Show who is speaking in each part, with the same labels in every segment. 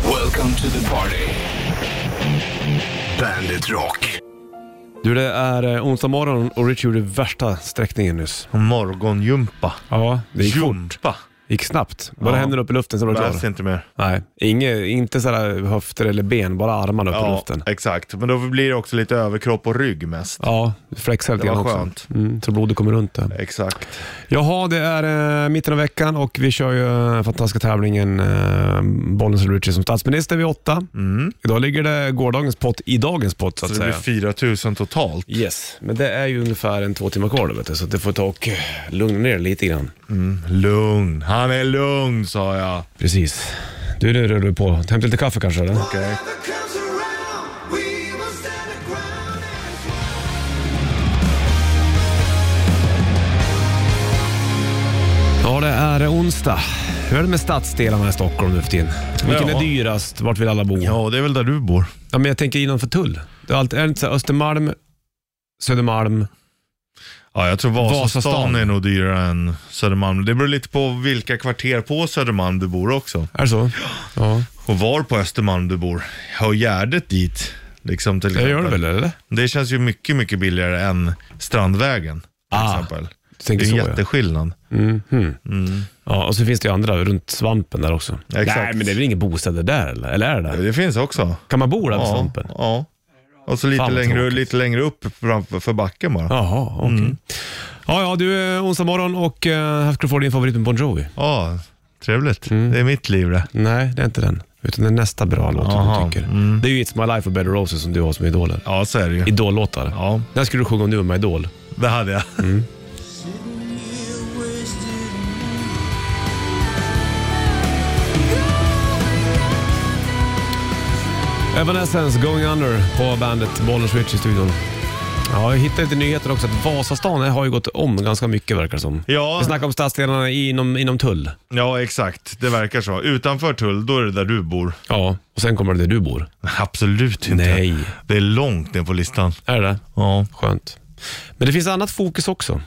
Speaker 1: Welcome to the party. Bandit Rock.
Speaker 2: Du, det är eh, onsdag morgon och Rich gjorde värsta sträckningen nyss.
Speaker 3: Morgongympa.
Speaker 2: Ja, det gick, fort.
Speaker 3: Jumpa.
Speaker 2: gick snabbt. Bara
Speaker 3: Ja.
Speaker 2: händerna upp i luften så var du
Speaker 3: Behövs
Speaker 2: klar.
Speaker 3: inte mer.
Speaker 2: Nej, inge, inte sådär höfter eller ben, bara armarna upp i
Speaker 3: Ja,
Speaker 2: luften.
Speaker 3: exakt. Men då blir det också lite överkropp och rygg mest.
Speaker 2: Ja, du flexar lite
Speaker 3: Det var
Speaker 2: grann också.
Speaker 3: skönt.
Speaker 2: Mm, så blodet kommer runt där.
Speaker 3: Exakt.
Speaker 2: Jaha, det är eh, mitten av veckan och vi kör ju eh, fantastiska tävlingen eh, Bollens och Richie som statsminister vid åtta. Idag ligger det gårdagens pott i dagens pott så att
Speaker 3: Mm. Så det
Speaker 2: säga.
Speaker 3: blir 4000 totalt.
Speaker 2: Yes, men det är ju ungefär en två timmar kvar då, vet du, så att du får ta och eh, lugna ner dig lite grann.
Speaker 3: Lugn. Han är lugn sa jag.
Speaker 2: Precis. Du, det rör du på. Hämta lite kaffe kanske eller?
Speaker 3: Okej.
Speaker 2: Ja, det är onsdag. Hur är det med stadsdelarna i Stockholm nu för tiden? Vilken
Speaker 3: Ja.
Speaker 2: är dyrast? Vart vill alla bo? Ja.
Speaker 3: Ja, det är väl där du bor.
Speaker 2: men jag tänker innanför tull. Det är, alltid, är det inte så här Östermalm, Södermalm?
Speaker 3: Ja, jag tror Vasastan,
Speaker 2: Vasastan.
Speaker 3: är nog dyrare än Södermalm. Det beror lite på vilka kvarter på Södermalm du bor också.
Speaker 2: Är det så? Ja.
Speaker 3: Och var på Östermalm du bor. Hör Gärdet dit. Liksom till
Speaker 2: Det gör det
Speaker 3: exempel.
Speaker 2: väl eller?
Speaker 3: Det känns ju mycket, mycket billigare än Strandvägen. Till
Speaker 2: Ah,
Speaker 3: exempel.
Speaker 2: Du
Speaker 3: Det
Speaker 2: tänker
Speaker 3: är
Speaker 2: så
Speaker 3: en
Speaker 2: ja.
Speaker 3: jätteskillnad.
Speaker 2: Mhm. ja. Och så finns det ju andra runt svampen där också.
Speaker 3: Exakt.
Speaker 2: Nej, men det är väl inga bostäder där eller? Eller är det där?
Speaker 3: Det finns också.
Speaker 2: Kan man bo där vid
Speaker 3: Ja,
Speaker 2: svampen?
Speaker 3: ja. Och så lite
Speaker 2: Fan, vad
Speaker 3: längre,
Speaker 2: tråkigt.
Speaker 3: lite längre upp framför för backen bara. Ja,
Speaker 2: Jaha, okej. Ja, ja, du, eh, onsdag morgon och eh, här ska du få din favorit med Bon Jovi.
Speaker 3: trevligt.
Speaker 2: Mm.
Speaker 3: Det är mitt liv det.
Speaker 2: Nej, det är inte den. Utan det är nästa bra låt
Speaker 3: Aha, mm.
Speaker 2: du tycker. Det är ju It's My Life och Better Roses som du har som idoler.
Speaker 3: Ja, så är det ju.
Speaker 2: Idol-låtar.
Speaker 3: Ja,
Speaker 2: Den skulle du sjunga om du var med i Idol.
Speaker 3: det hade jag.
Speaker 2: Mm. Evanescence, Going Under på bandet Bollen Switch i studion. Ja, jag hittade lite nyheter också att Vasastan har ju gått om ganska mycket verkar det som.
Speaker 3: Ja.
Speaker 2: Vi snackar om stadsdelarna inom, inom tull.
Speaker 3: Ja, exakt. Det verkar så. Utanför Tull, då är det där du bor.
Speaker 2: Ja, och sen kommer det där du bor.
Speaker 3: Absolut inte.
Speaker 2: Nej.
Speaker 3: Det är långt ner på listan.
Speaker 2: Är det det?
Speaker 3: Ja.
Speaker 2: Skönt. Men det finns annat fokus också.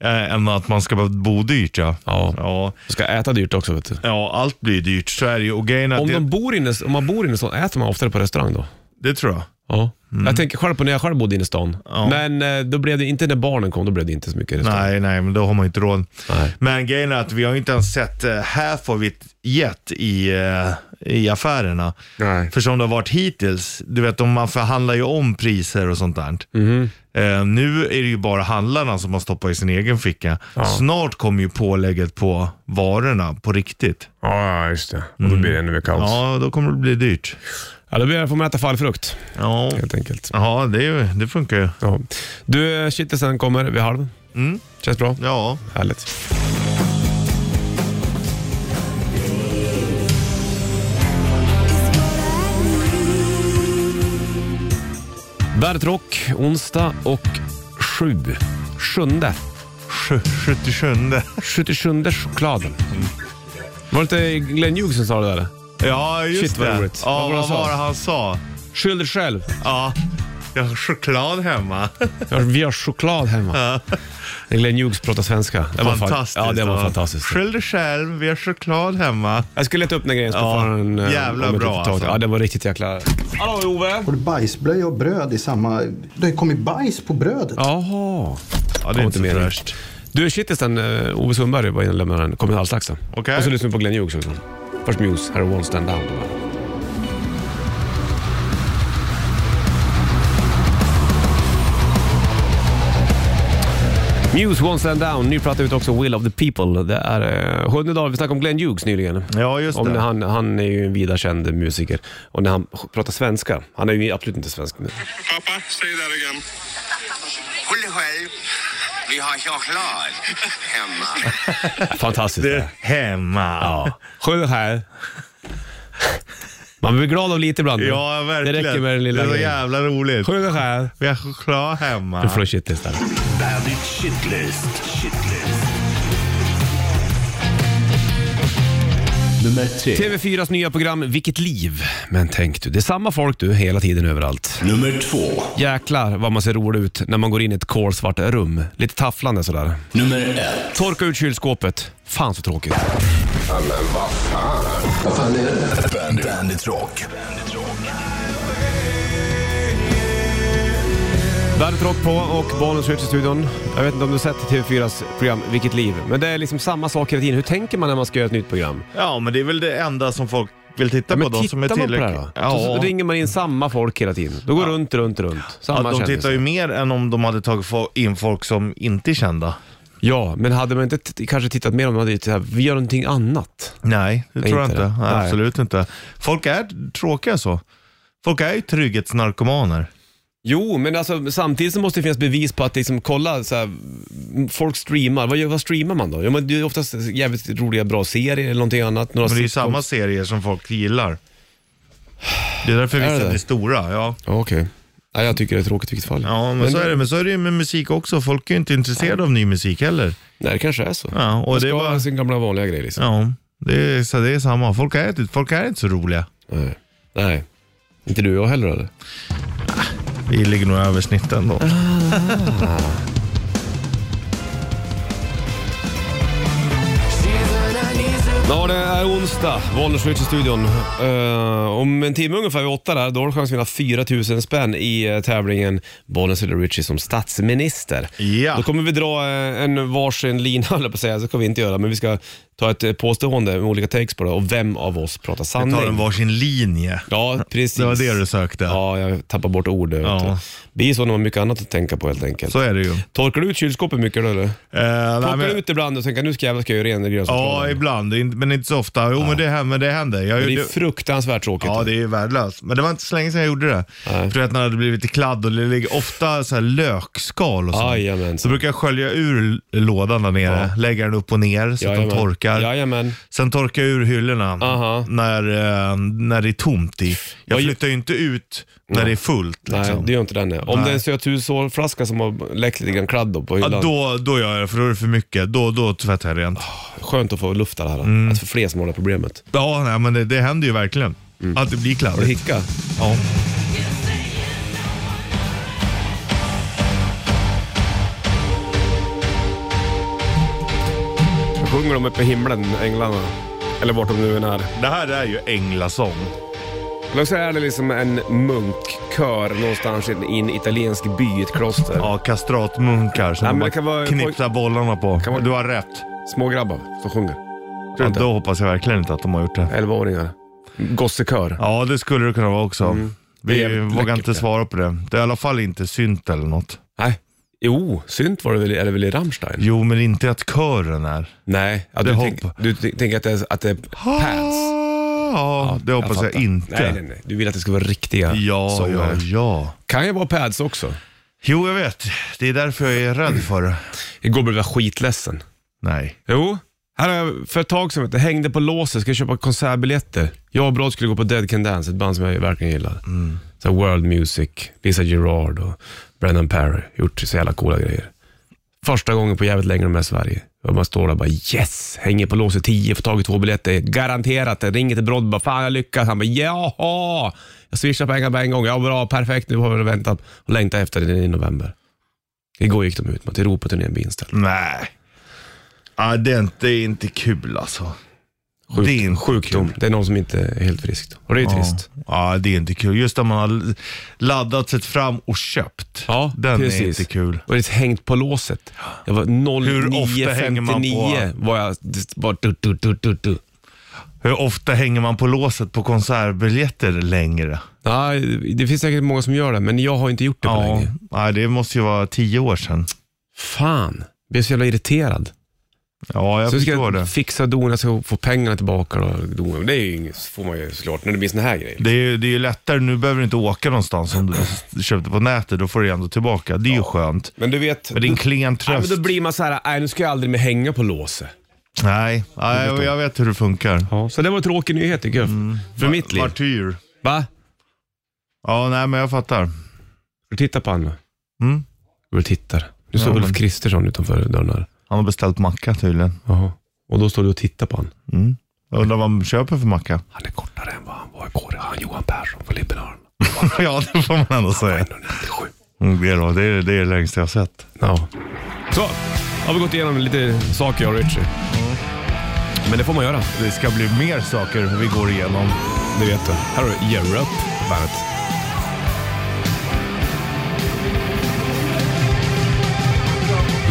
Speaker 3: Äh, än att man ska behöva bo dyrt ja.
Speaker 2: Ja.
Speaker 3: Ja,
Speaker 2: Du ska äta dyrt också vet du.
Speaker 3: ja allt blir dyrt. Så är det ju. Och grejen är att
Speaker 2: Om,
Speaker 3: det,
Speaker 2: de bor inne, om man bor inne i stan, äter man oftare på restaurang då?
Speaker 3: det tror jag.
Speaker 2: Ja. Jag tänker själv på när jag själv bodde inne i stan. Men eh, då blev det inte när barnen kom, då blev det inte så mycket restaurang.
Speaker 3: Nej, nej, men då har man inte råd.
Speaker 2: Nej.
Speaker 3: Men grejen är att vi har ju inte ens sett eh, half of it yet i, eh, i affärerna.
Speaker 2: Nej.
Speaker 3: För som det har varit hittills, du vet om man förhandlar ju om priser och sånt där.
Speaker 2: Mhm.
Speaker 3: Eh, nu är det ju bara handlarna som har stoppat i sin egen ficka. Snart kommer ju pålägget på varorna på riktigt.
Speaker 2: Ja, just det. Och då blir det ännu mer kaos. Mm. Ja.
Speaker 3: Ja, då kommer det bli dyrt.
Speaker 2: då blir det, får man äta fallfrukt
Speaker 3: Ja,
Speaker 2: helt enkelt.
Speaker 3: ja det, är ju- det funkar ju.
Speaker 2: Ja. Du, eh, kittelsen kommer vid halv.
Speaker 3: Mm.
Speaker 2: Känns bra?
Speaker 3: Ja,
Speaker 2: Härligt. Bandet Rock, onsdag och sju. Sjunde.
Speaker 3: Sj- 77.
Speaker 2: 77 chokladen. Var det inte Glenn Hughes som sa det där?
Speaker 3: Ja, just
Speaker 2: Shit, vad
Speaker 3: det.
Speaker 2: roligt.
Speaker 3: ja,
Speaker 2: Vad var det
Speaker 3: vad
Speaker 2: han
Speaker 3: var
Speaker 2: sa?
Speaker 3: det han sa?
Speaker 2: Skyll dig själv.
Speaker 3: Ja, jag har choklad hemma.
Speaker 2: Jag har- Vi har choklad hemma. Glenn Hughes pratar svenska. Det var fan-
Speaker 3: Fantastiskt.
Speaker 2: Ja, det var fantastiskt.
Speaker 3: Skyll dig själv, vi har choklad hemma.
Speaker 2: Jag skulle leta upp den här grejen så
Speaker 3: Ja,
Speaker 2: får en, eh,
Speaker 3: jävla
Speaker 2: om ett
Speaker 3: bra
Speaker 2: litet tag.
Speaker 3: alltså.
Speaker 2: Ja, det var riktigt jäkla... Hallå Ove!
Speaker 4: Både bajsblöja och bröd i samma... Det kom ju bajs på brödet.
Speaker 2: Jaha.
Speaker 3: Ja, det är inte så
Speaker 2: meningen.
Speaker 3: fräscht.
Speaker 2: Du, kittelsen, eh, Ove Sundberg var inne och lämnade den. Kommer alldeles strax. då.
Speaker 3: Okej.
Speaker 2: Och så lyssnar vi på Glenn Hughes också. Först Muse, här är One Stand Down. Muse, One Stand Down. Ny platta ut också, Will of the People. Det är eh, sjunde dagen. Vi snackade om Glenn Hughes nyligen.
Speaker 3: Ja, just
Speaker 2: Om
Speaker 3: det.
Speaker 2: när han, han är ju en vida känd musiker. Och när han pratar svenska. Han är ju absolut inte svensk nu.
Speaker 5: Pappa, say that again.
Speaker 6: Skyll dig själv. Vi har choklad hemma.
Speaker 2: Fantastiskt.
Speaker 3: Det är hemma.
Speaker 2: Ja. Sju här. Man blir glad av lite ibland.
Speaker 3: Ja, verkligen.
Speaker 2: Det räcker med den lilla
Speaker 3: Det var
Speaker 2: grejen.
Speaker 3: jävla roligt.
Speaker 2: Sju här.
Speaker 3: Vi har choklad hemma.
Speaker 2: Du får shit istället.
Speaker 1: Bandit Shitlist. Shitlist.
Speaker 5: nummer tre.
Speaker 2: TV4s nya program Vilket liv. Men tänk du, det är samma folk du hela tiden överallt.
Speaker 5: Nummer två.
Speaker 2: Jäklar vad man ser rolig ut när man går in i ett kolsvart rum. Lite tafflande sådär.
Speaker 5: Nummer ett.
Speaker 2: Torka ut kylskåpet. Fan så tråkigt.
Speaker 5: Bandit, Bandit Rock.
Speaker 2: Bandet Rock på och Bonus Rich i studion. Jag vet inte om du sett TV4s program Vilket liv, men det är liksom samma sak hela tiden. Hur tänker man när man ska göra ett nytt program?
Speaker 3: Ja, men det är väl det enda som folk vill titta
Speaker 2: Ja,
Speaker 3: på. De som är
Speaker 2: tittar man på
Speaker 3: tillräckligt...
Speaker 2: det här då?
Speaker 3: Ja.
Speaker 2: Så ringer man in samma folk hela tiden. Då går runt, runt, runt.
Speaker 3: Ja,
Speaker 2: Samma
Speaker 3: de
Speaker 2: kändisar.
Speaker 3: tittar ju mer än om de hade tagit fo- in folk som inte är kända.
Speaker 2: Ja, men hade man inte t- kanske tittat mer om man hade tittat, vi gör någonting annat.
Speaker 3: Nej, det tror jag
Speaker 2: inte
Speaker 3: inte.
Speaker 2: det.
Speaker 3: Nej,
Speaker 2: Nej.
Speaker 3: Absolut inte. Folk är tråkiga så. Folk är ju trygghetsnarkomaner.
Speaker 2: Jo, men alltså, samtidigt så måste det finnas bevis på att liksom, kolla, så här, folk streamar. Vad, gör- vad streamar man då? Ja, men det är oftast jävligt roliga, bra serier eller någonting annat. Några
Speaker 3: Men det är ju
Speaker 2: sitcoms.
Speaker 3: samma serier som folk gillar. Det är därför
Speaker 2: Är det
Speaker 3: vissa
Speaker 2: det?
Speaker 3: blir stora. Ja.
Speaker 2: Ja, Okej. Nej, jag tycker det är tråkigt i vilket fall.
Speaker 3: Ja, men, så är det. Men så är det ju med musik också. Folk är ju inte intresserade av ny musik heller.
Speaker 2: Nej, det kanske är så.
Speaker 3: Ja, och
Speaker 2: Man
Speaker 3: det
Speaker 2: ska
Speaker 3: är bara-
Speaker 2: ha sin gamla vanliga grej liksom.
Speaker 3: Ja, det är, så det är samma. Folk är, inte- folk är inte så roliga.
Speaker 2: Nej. Nej. Inte du och jag heller eller?
Speaker 3: Vi ligger nog över snitten då.
Speaker 2: Mm. Ja, det är onsdag. Wollner i studion. Eh, om en timme ungefär vid åtta där, då har du chans att vinna 4 000 spänn i eh, tävlingen Bollnäs eller Richie som statsminister.
Speaker 3: Ja.
Speaker 2: Då kommer vi dra eh, en varsin lina, höll jag på att säga. Så kommer vi inte göra, men vi ska ta ett eh, påstående med olika takes på det och vem av oss pratar
Speaker 3: Vi
Speaker 2: sanning.
Speaker 3: tar en varsin linje.
Speaker 2: Ja, precis.
Speaker 3: Det var det du sökte.
Speaker 2: Ja, jag tappar bort ord. vet
Speaker 3: Ja.
Speaker 2: du. Det blir så när man har mycket annat att tänka på helt enkelt.
Speaker 3: Så är det ju.
Speaker 2: Torkar du ut kylskåpet mycket då eller?
Speaker 3: Eh, nej,
Speaker 2: Torkar
Speaker 3: men-
Speaker 2: du ut ibland och tänker nu ska jag, ska jag göra rent i
Speaker 3: Ja,
Speaker 2: grönsaksförrådet?
Speaker 3: ibland. Det är inte- Men inte så ofta. Jo, men det händer. Det händer. Jag,
Speaker 2: Men Det är
Speaker 3: gjorde-
Speaker 2: fruktansvärt tråkigt.
Speaker 3: Ja, det är ju värdelöst. Men det var inte så länge sedan jag gjorde det. För du vet när det hade blivit lite kladd och det ligger ofta så här lökskal och sånt.
Speaker 2: Jajamensan.
Speaker 3: Så brukar jag skölja ur lådan där nere, lägga den upp och ner så att de
Speaker 2: Jajamän.
Speaker 3: torkar.
Speaker 2: Jajamän.
Speaker 3: Sen torkar jag ur hyllorna
Speaker 2: Aha.
Speaker 3: när, eh, när det är tomt i. Jag
Speaker 2: Vad ju-
Speaker 3: flyttar ju inte ut när det är fullt.
Speaker 2: Nej,
Speaker 3: Liksom.
Speaker 2: det gör inte den. nej. Om
Speaker 3: Nej.
Speaker 2: det är en söthushålflaska som har läckt lite grann kladd då på hyllan. Ah.
Speaker 3: ja, då, då gör jag det, för då är det för mycket. Då, då tvättar jag rent.
Speaker 2: Skönt att få lufta det här.
Speaker 3: Mm.
Speaker 2: Alltså för fler som har det här problemet.
Speaker 3: Ja, nej, men det, det händer ju verkligen. Att
Speaker 2: Mm.
Speaker 3: det blir
Speaker 2: Har du
Speaker 3: kladdigt.
Speaker 2: hicka?
Speaker 3: Ja.
Speaker 2: Sjunger de uppe i himlen, änglarna? Eller vart de nu än är.
Speaker 3: Det här är ju änglasång.
Speaker 2: Eller så är det liksom en munkkör någonstans i en- i en italiensk by, ett kloster.
Speaker 3: Ja, kastratmunkar som
Speaker 2: Nej,
Speaker 3: de
Speaker 2: men
Speaker 3: bara
Speaker 2: det kan vara-
Speaker 3: knipsar bollarna på.
Speaker 2: vara-
Speaker 3: Du har rätt.
Speaker 2: Små grabbar som sjunger.
Speaker 3: Ja,
Speaker 2: inte?
Speaker 3: då hoppas jag verkligen inte att de har gjort det.
Speaker 2: 11-åringar. Gossekör.
Speaker 3: Ja, det skulle det kunna vara också.
Speaker 2: Mm. Det är
Speaker 3: Vi
Speaker 2: jävligt
Speaker 3: vågar
Speaker 2: läckert,
Speaker 3: inte
Speaker 2: det.
Speaker 3: svara på det. Det är i alla fall inte synt eller något.
Speaker 2: Nej. Jo, synt var det väl, är det väl i Rammstein?
Speaker 3: Jo, men inte att kören är.
Speaker 2: Nej, ja,
Speaker 3: Det
Speaker 2: du,
Speaker 3: är
Speaker 2: tänk,
Speaker 3: hopp.
Speaker 2: du t- tänker att det är, att det är Ah, pants.
Speaker 3: Ja, det hoppas jag,
Speaker 2: fattar.
Speaker 3: inte.
Speaker 2: Nej, nej, nej. Du vill att det ska vara riktiga
Speaker 3: Ja, ja,
Speaker 2: sångare.
Speaker 3: ja.
Speaker 2: Kan ju vara pads också.
Speaker 3: Jo, jag vet. Det är därför jag är rädd för det.
Speaker 2: Igår blev jag skitledsen.
Speaker 3: Nej.
Speaker 2: Jo, här har jag för ett tag sedan, vet du, hängde på låset, ska köpa konsertbiljetter. Jag och Brad skulle gå på Dead Can Dance, ett band som jag verkligen gillar. Så här World Music, Lisa Gerard och Brendan Perry. Gjort så jävla coola grejer. Första gången på jävligt länge de är i Sverige. Och man står där och bara yes, hänger på låset 10, får tag i två biljetter, garanterat. Jag ringer till Brod bara fan jag lyckas. Han bara jaha. Jag swishar pengar på en gång. Ja bra, perfekt. Nu har vi väntat och längtat efter det i november. Igår gick de ut mot Europaturnén blir inställd.
Speaker 3: Nej. Ja, det är inte, det är inte kul alltså. Det är inte
Speaker 2: sjukdom.
Speaker 3: kul.
Speaker 2: Det är någon som inte är helt frisk. Och det är ju trist.
Speaker 3: Ja, Ah, det är inte kul. Just när man har laddat, sett fram och köpt.
Speaker 2: Ja,
Speaker 3: Den
Speaker 2: precis.
Speaker 3: är inte kul.
Speaker 2: Och det är hängt på låset. Jag var
Speaker 3: Hur ofta hänger man på-
Speaker 2: 09.59 var jag bara du, du, du, du, du.
Speaker 3: Hur ofta hänger man på låset på konsertbiljetter längre?
Speaker 2: Nej, det finns säkert många som gör det, men jag har inte gjort det på
Speaker 3: Ja,
Speaker 2: länge.
Speaker 3: nej, det måste ju vara tio år sedan.
Speaker 2: Fan, jag blir så jävla irriterad.
Speaker 3: Ja, jag
Speaker 2: så ska
Speaker 3: förstår
Speaker 2: jag
Speaker 3: det.
Speaker 2: fixa och dona så jag får pengarna tillbaka. Och dona. Det är ju inget, får man ju såklart när det blir såna här grejer.
Speaker 3: Det är, ju, det är ju lättare, nu behöver du inte åka någonstans om du köpte på nätet, då får du ändå tillbaka. Det är ju skönt.
Speaker 2: Men du vet,
Speaker 3: Men det är en klen
Speaker 2: ja, men
Speaker 3: tröst.
Speaker 2: då blir man så här, nej nu ska jag aldrig mer hänga på låset.
Speaker 3: Nej, nej jag, jag vet hur det funkar.
Speaker 2: Så det var en tråkig nyhet tycker jag.
Speaker 3: Mm.
Speaker 2: För mitt liv.
Speaker 3: Martyr.
Speaker 2: Va?
Speaker 3: Ja, nej men jag fattar.
Speaker 2: Ska du titta på honom?
Speaker 3: Mm.
Speaker 2: Går och tittar. Nu står
Speaker 3: Ja,
Speaker 2: Ulf
Speaker 3: men-
Speaker 2: Kristersson utanför dörren här.
Speaker 3: Han har beställt macka tydligen.
Speaker 2: Och då står du och tittar på honom.
Speaker 3: Mm. Jag undrar vad man köper för macka.
Speaker 2: Han är kortare än vad han var igår. Han Johan Persson på Liberarm.
Speaker 3: ja, det får man ändå säga.
Speaker 2: 1,97.
Speaker 3: Mm, Det är, då, det, är, det är det längsta jag har sett.
Speaker 2: Ja. Så, har vi gått igenom lite saker jag och Richie. Men det får man göra,
Speaker 3: Det ska bli mer saker vi går igenom.
Speaker 2: det vet du. Här har du Europe på bandet.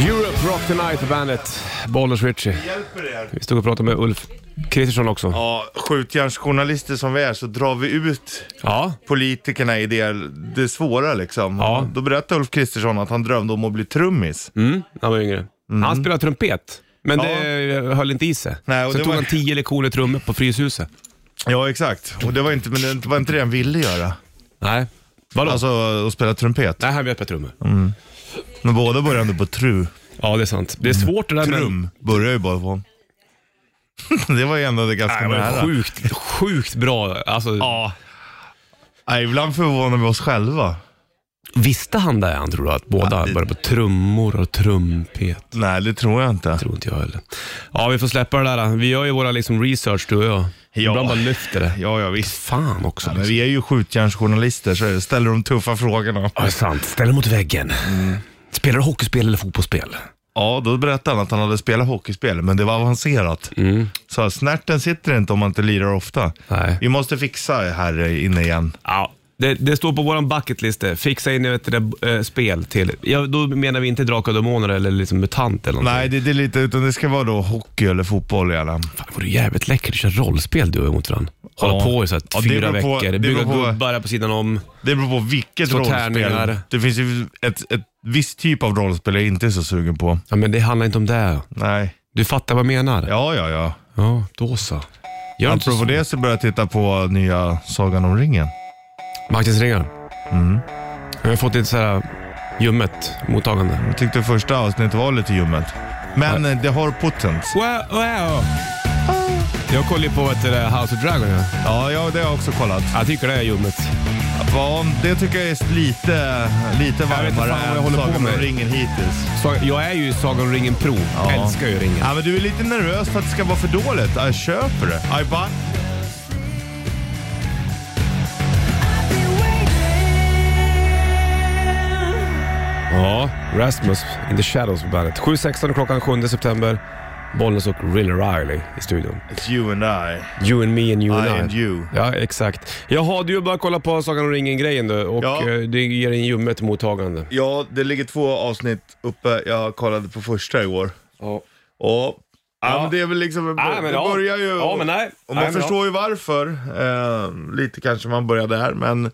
Speaker 2: Europe Rock Tonight på bandet. Bollers Richie.
Speaker 3: Hjälper er?
Speaker 2: Vi stod och pratade med Ulf Kristersson också.
Speaker 3: Ja, skjutjärnsjournalister som vi är så drar vi ut
Speaker 2: Ja.
Speaker 3: politikerna i det, det svåra liksom.
Speaker 2: Ja.
Speaker 3: Då berättade Ulf Kristersson att han drömde om att bli trummis.
Speaker 2: Mm, han var yngre. Han spelade trumpet, men det höll inte i sig.
Speaker 3: Nej, och
Speaker 2: Sen
Speaker 3: det
Speaker 2: tog
Speaker 3: var-
Speaker 2: han tio lektioner trummor på Fryshuset.
Speaker 3: Ja, exakt. Och det var inte, men det var inte det han ville göra.
Speaker 2: Nej. Vadå?
Speaker 3: Alltså att spela trumpet.
Speaker 2: Nej, han vet på trummor.
Speaker 3: Mm. Men båda började ändå på tru.
Speaker 2: Ja, det är sant. Det är svårt det där med...
Speaker 3: Trum börjar ju bara på. det var ju ändå det ganska
Speaker 2: Nej, men
Speaker 3: nära.
Speaker 2: sjukt, sjukt bra. Alltså,
Speaker 3: Ja. Nej, ibland förvånar vi oss själva.
Speaker 2: Visste han det, han tror att båda
Speaker 3: det-
Speaker 2: började på trummor och trumpet?
Speaker 3: Nej, det tror jag inte.
Speaker 2: Tror inte jag heller. Ja, vi får släppa det där. då. Vi gör ju våra liksom, research, du och jag. Ibland bara lyfter det.
Speaker 3: Ja, ja visst.
Speaker 2: Fan också.
Speaker 3: Ja, men
Speaker 2: liksom.
Speaker 3: vi är ju skjutjärnsjournalister så ställer de tuffa frågorna.
Speaker 2: Ja, det är sant. Ställ dig mot väggen. Spelar du hockeyspel eller fotbollsspel?
Speaker 3: Ja, då berättade han att han hade spelat hockeyspel, men det var avancerat. Så snärten sitter inte om man inte lirar ofta.
Speaker 2: Mm. Nej.
Speaker 3: Vi måste fixa här inne igen.
Speaker 2: Ja, det, det står på vår bucketliste. Fixa in ett äh, spel till. Ja, då menar vi inte Drakar och Demoner eller liksom MUTANT eller någonting.
Speaker 3: Nej, det, det är lite, utan det ska vara då hockey eller fotboll gärna.
Speaker 2: Fan, det vore jävligt läckert att köra rollspel du och jag mot varandra. Hålla
Speaker 3: Ja.
Speaker 2: på i så här
Speaker 3: Ja, det
Speaker 2: fyra
Speaker 3: beror på-
Speaker 2: veckor,
Speaker 3: det
Speaker 2: bygga
Speaker 3: beror på-
Speaker 2: gubbar här på sidan om.
Speaker 3: Det beror på vilket
Speaker 2: Slå
Speaker 3: rollspel.
Speaker 2: tärningar.
Speaker 3: Det finns ju ett, ett visst typ av rollspel jag inte är så sugen på.
Speaker 2: Ja, men det handlar inte om det.
Speaker 3: Nej.
Speaker 2: Du fattar vad jag menar?
Speaker 3: Ja, ja, ja.
Speaker 2: Ja, då så. Gör inte
Speaker 3: Apropå
Speaker 2: så.
Speaker 3: det så börjar jag titta på nya Sagan om ringen.
Speaker 2: Martins ringar.
Speaker 3: Mm.
Speaker 2: Jag har fått lite så här ljummet mottagande.
Speaker 3: Jag tyckte första avsnittet var lite ljummet. Men eh, det har potens.
Speaker 2: Wow, wow. Jag kollar ju på ett, eh, House of Dragon. Ja.
Speaker 3: Ja, ja, det har jag också kollat.
Speaker 2: Jag tycker det är ljummet.
Speaker 3: Ja, det tycker jag är lite, lite
Speaker 2: Jag vet inte
Speaker 3: varmare
Speaker 2: fan vad jag
Speaker 3: än
Speaker 2: håller på
Speaker 3: Sagan om
Speaker 2: med.
Speaker 3: ringen hittills.
Speaker 2: Så jag är ju Sagan om ringen pro.
Speaker 3: Ja.
Speaker 2: Älskar ju ringen.
Speaker 3: Ja, men du är lite nervös för att det ska vara för dåligt. Jag köper det. Jag bara...
Speaker 2: Ja, Rasmus in the Shadows på bandet. 7.16 klockan 7 september. Bollnäs och Rille Riley i studion.
Speaker 3: It's you and I.
Speaker 2: You and me and you and I.
Speaker 3: I and you.
Speaker 2: Ja, exakt. Jaha, du har börjat kolla på Sagan om ringen-grejen du och
Speaker 3: Ja.
Speaker 2: eh, det ger en ljummet mottagande.
Speaker 3: Ja, det ligger två avsnitt uppe. Jag kollade på första igår.
Speaker 2: Ja.
Speaker 3: Och, ja,
Speaker 2: Ja.
Speaker 3: men det är väl liksom,
Speaker 2: Ja, men
Speaker 3: det
Speaker 2: ja.
Speaker 3: börjar ju...
Speaker 2: Ja, men nej.
Speaker 3: Och
Speaker 2: Nej, men
Speaker 3: man förstår ju varför. Eh, lite kanske man börjar där, men...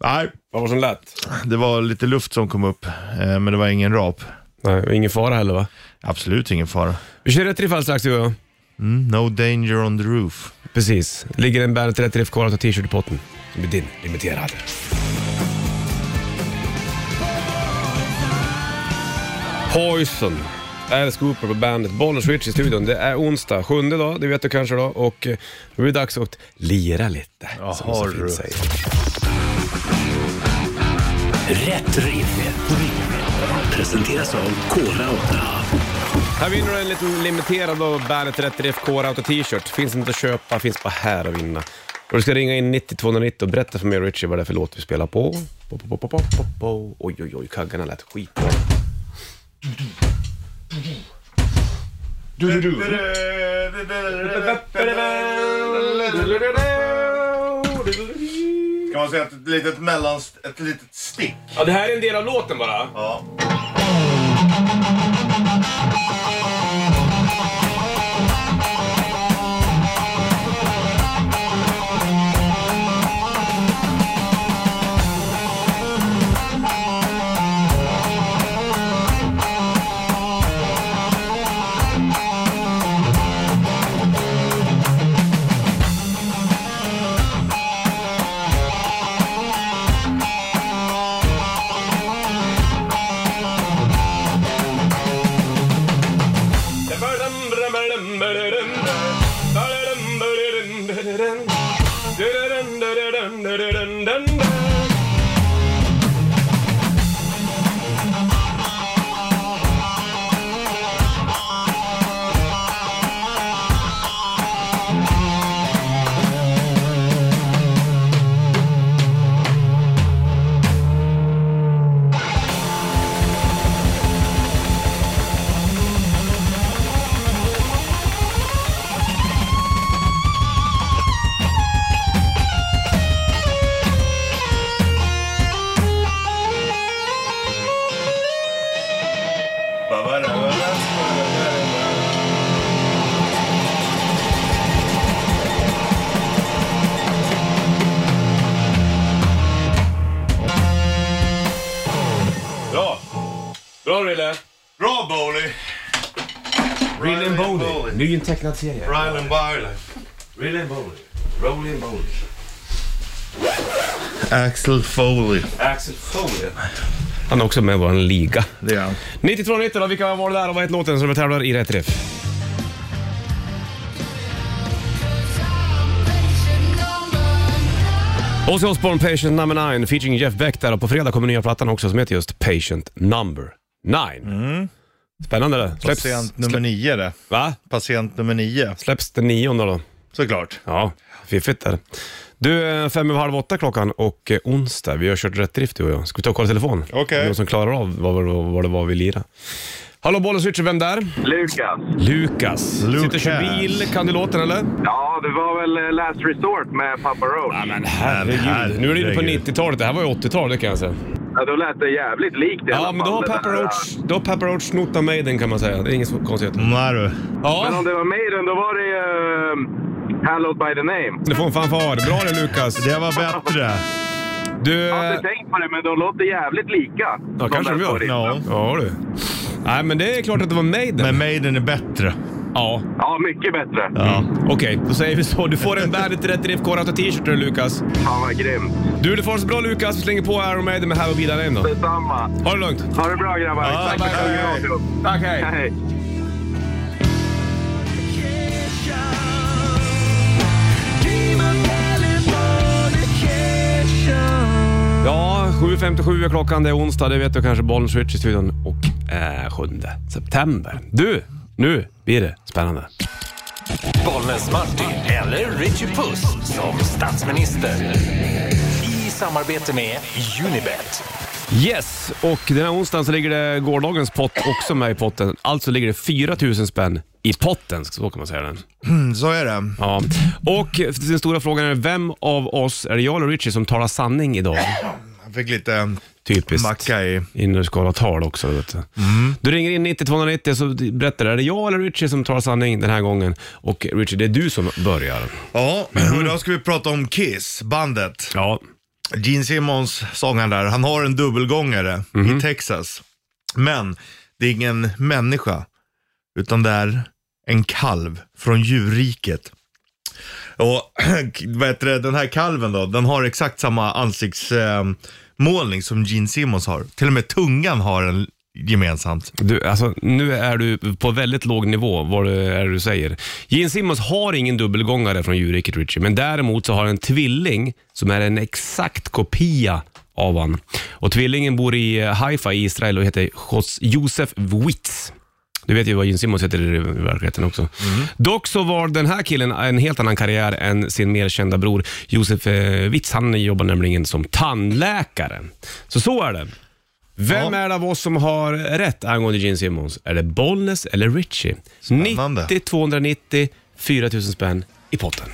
Speaker 3: Nej,
Speaker 2: Vad var det som lät?
Speaker 3: det var lite luft som kom upp, eh, men det var ingen rap.
Speaker 2: Nej, ingen fara heller va?
Speaker 3: Absolut ingen fara.
Speaker 2: Vi kör rätt riff alldeles strax du och jag.
Speaker 3: Mm, no danger on the roof.
Speaker 2: Precis. Ligger en Bandet Rätt Riff kvar att ta t-shirt i potten. Det blir din, limiterad. Poison. Alice Cooper på bandet. Bollnäs Switch i studion. Det är onsdag, sjunde dag, det vet du kanske då. Och eh, nu är det dags att lira lite, som det så
Speaker 3: Jaha,
Speaker 2: fint
Speaker 3: du.
Speaker 2: säger.
Speaker 5: Rätt riff. Presenteras av Kora 8.
Speaker 2: Här vinner du en liten limiterad av Bandet Rätt Riff Core Auto T-shirt. Finns inte att köpa, finns bara här att vinna. Och du ska ringa in 90-290 och berätta för mig och Richie vad det är för låt vi spelar på. Po, po, po, po, po, po, po. Oj, oj, oj, kaggarna lät skitbra.
Speaker 3: Kan man säga att ett litet mellanst... ett litet stick?
Speaker 2: Ja, det här är en del av låten bara.
Speaker 3: Ja.
Speaker 7: Thank
Speaker 2: Bra Rille!
Speaker 3: Bra Bowley! Riley and Bowley.
Speaker 2: Ny tecknad serie.
Speaker 3: Riley and Bowley.
Speaker 2: Rille and Bowley. Rolly and Bowley.
Speaker 3: Axel Foley.
Speaker 2: Axel Foley. Han är också med i vår liga.
Speaker 3: Det är han.
Speaker 2: 9290 då, vilka var det där och vad hette låten som vi tävlar i rätt riff? Ozzy Osbourne, Patient Number 9, featuring Jeff Beck där och på fredag kommer nya plattan också som heter just Patient Number 9. Spännande det. Släpps,
Speaker 3: Patient nummer nio det.
Speaker 2: va?
Speaker 3: Patient nummer nio.
Speaker 2: Släpps den nionde då.
Speaker 3: Såklart.
Speaker 2: Ja, fiffigt där. Du, eh, fem över halv åtta klockan och eh, onsdag. Vi har kört rätt drift du och jag. Ska vi ta och kolla telefon?
Speaker 3: Okej.
Speaker 2: Någon som klarar av vad, vad, vad det var vi lirade. Hallå bollen switcher, vem där?
Speaker 7: Lukas.
Speaker 2: Lukas.
Speaker 3: Lukas.
Speaker 2: Sitter och kör bil. Kan du låten eller?
Speaker 7: Ja, det var väl eh, Last Resort med Papa Roach. Ja,
Speaker 2: Men herregud. Nu är du inne på
Speaker 3: herregud.
Speaker 2: 90-talet. Det här var ju 80-talet det kan jag säga.
Speaker 7: då lät det jävligt likt i alla
Speaker 2: Ja, men då har
Speaker 7: fall, det
Speaker 2: Papa
Speaker 7: där.
Speaker 2: Roach, då har Papa Roach snott av Maiden kan man säga. Det är inget konstigt.
Speaker 3: Nej Mm, du.
Speaker 7: Men
Speaker 2: Ja,
Speaker 7: om det var Maiden, då var det uh, Hallowed by the Name.
Speaker 2: du får en fanfar. Bra det Lukas.
Speaker 3: Det var bättre.
Speaker 2: Du...
Speaker 7: Jag har
Speaker 2: eh,
Speaker 7: inte tänkt på det, men de låter jävligt lika.
Speaker 2: Ja, kanske de gör.
Speaker 3: Ja.
Speaker 2: Ja du. Nej, men det är klart att det var Maiden.
Speaker 3: Men Maiden är bättre.
Speaker 2: Ja.
Speaker 7: Ja, mycket bättre.
Speaker 3: Ja.
Speaker 2: Okej, då säger vi så. Du får en Bandet Rätt Riff Korrat och t-shirt då, Lukas.
Speaker 7: Fan vad grymt.
Speaker 2: Du, det får ha det så bra Lukas. Vi slänger på Iron Maiden med Have a Be Thy Name då.
Speaker 7: Detsamma.
Speaker 2: Ha det lugnt.
Speaker 7: Ha det bra grabbar.
Speaker 3: Ja,
Speaker 7: Tack för
Speaker 3: bye,
Speaker 7: att du kom.
Speaker 2: Tack, hej.
Speaker 7: Hej.
Speaker 2: Ja, 7.57 är klockan. Det är onsdag. Det vet du kanske. Bollen Switch i studion. Och eh, 7 september. Du, nu blir det spännande.
Speaker 5: Bollnäs Martin eller Richie Puss som statsminister. I samarbete med Unibet.
Speaker 2: Yes, och den här onsdagen så ligger det gårdagens pott också med i potten. Alltså ligger det 4 000 spänn i potten, så kan man säga den.
Speaker 3: Mm, Så är det.
Speaker 2: Ja. Och den stora frågan är, vem av oss, är det jag eller Richie som talar sanning idag?
Speaker 3: Jag fick lite
Speaker 2: Typiskt.
Speaker 3: macka i.
Speaker 2: Innerskalat tal också. Vet du. du ringer in 90290 så berättar du, är det jag eller Richie som talar sanning den här gången? Och Richie, det är du som börjar.
Speaker 3: Ja,
Speaker 2: Mm.
Speaker 3: och idag ska vi prata om Kiss, bandet.
Speaker 2: Ja.
Speaker 3: Gene Simmons, sångaren där, han har en dubbelgångare i Texas. Men det är ingen människa, utan det är en kalv från djurriket. Och vad heter det, den här kalven då, den har exakt samma ansiktsmålning målning som Gene Simmons har. Till och med tungan har en gemensamt.
Speaker 2: Du, alltså, nu är du på väldigt låg nivå, vad det är du säger. Gene Simmons har ingen dubbelgångare från djurriket Richie, men däremot så har han en tvilling som är en exakt kopia av han. Och tvillingen bor i eh, Haifa i Israel och heter Jos- Josef Witz. Du vet ju vad Gene Simmons heter i verkligheten också.
Speaker 3: Mm.
Speaker 2: Dock så var den här killen en helt annan karriär än sin mer kända bror Josef eh, Witz. Han jobbar nämligen som tandläkare. Så så är det. Vem
Speaker 3: Ja.
Speaker 2: är det av oss som har rätt angående Gene Simmons? Är det Bollnäs eller Richie?
Speaker 3: Spännande.
Speaker 2: 90 290 4000 spänn i potten.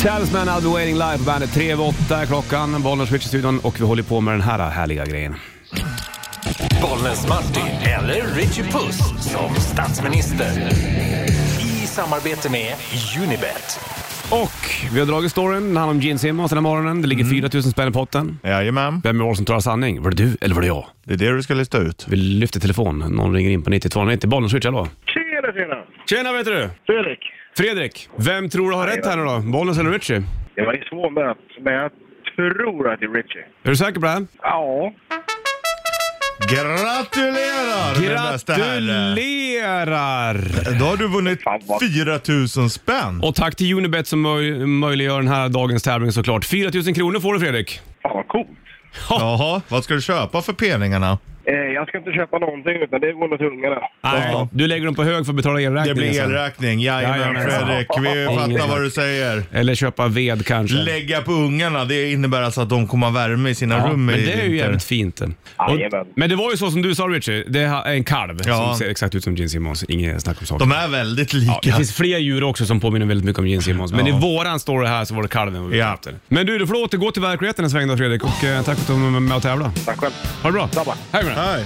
Speaker 2: Talisman I'll be waiting live på bandet. 3 över 8 är klockan. Bollnäs Richie i studion och vi håller på med den här härliga grejen.
Speaker 5: Bollnäs Martin eller Richie Puss som statsminister. I samarbete med Unibet.
Speaker 2: Och vi har dragit storyn. Den handlar om Gene Simmons den här morgonen. Det ligger 4000 spänn i potten.
Speaker 3: Jajamän,
Speaker 2: Vem är det som talar sanning? Var det du eller var det jag?
Speaker 3: det är det du ska lista ut.
Speaker 2: Vi lyfter telefon. Någon ringer in på 9290. Bollen switch, hallå?
Speaker 8: Tjena, tjena!
Speaker 2: Tjena vet du!
Speaker 8: Fredrik. Fredrik,
Speaker 2: Vem tror du har rätt här nu då? Bollens eller Richie?
Speaker 8: jag var ju svår med, men jag tror att det är Richie.
Speaker 2: Är du säker på det här?
Speaker 8: Ja.
Speaker 3: Gratulerar! min bästa eh. herre.
Speaker 2: Gratulerar!
Speaker 3: Då har du vunnit
Speaker 8: Fan, vad-
Speaker 3: 4000 spänn.
Speaker 2: Och tack till Unibet som möj- möjliggör den här dagens tävling såklart. 4 000 kronor får du Fredrik.
Speaker 8: Fan vad coolt.
Speaker 3: Jaha, vad ska du köpa för penningarna?
Speaker 8: Eh, jag ska inte köpa någonting, utan det går nog till ungarna.
Speaker 2: Nej, du lägger dem på hög för att betala
Speaker 3: Det
Speaker 2: elräkningen
Speaker 3: blir
Speaker 2: sen.
Speaker 3: elräkning. Jajamän
Speaker 2: Jajamän.
Speaker 3: Fredrik, vi fattar vad du säger.
Speaker 2: Eller köpa ved kanske.
Speaker 3: Lägga på ungarna, det innebär alltså att de kommer ha värme i sina
Speaker 2: Ja,
Speaker 3: rum i
Speaker 2: men det är ju
Speaker 3: vinter.
Speaker 2: jävligt fint. det. Och,
Speaker 8: Jajamän.
Speaker 2: men det var ju så som du sa Richie, det är en kalv
Speaker 3: Ja.
Speaker 2: som ser exakt ut som Gene Simmons. Inget snack om saken.
Speaker 3: De är väldigt lika.
Speaker 2: Ja, det finns fler djur också som påminner väldigt mycket om Gene Simmons. Men
Speaker 3: Ja.
Speaker 2: i våran story här så var det kalven vi
Speaker 3: Ja.
Speaker 2: var ute efter. Men du, du får återgå till verkligheten en sväng då Fredrik och eh, tack för att du var med och tävlade.
Speaker 8: Tack själv.
Speaker 2: Ha det bra.
Speaker 8: Samma.
Speaker 2: Hej med dig.
Speaker 3: Hej.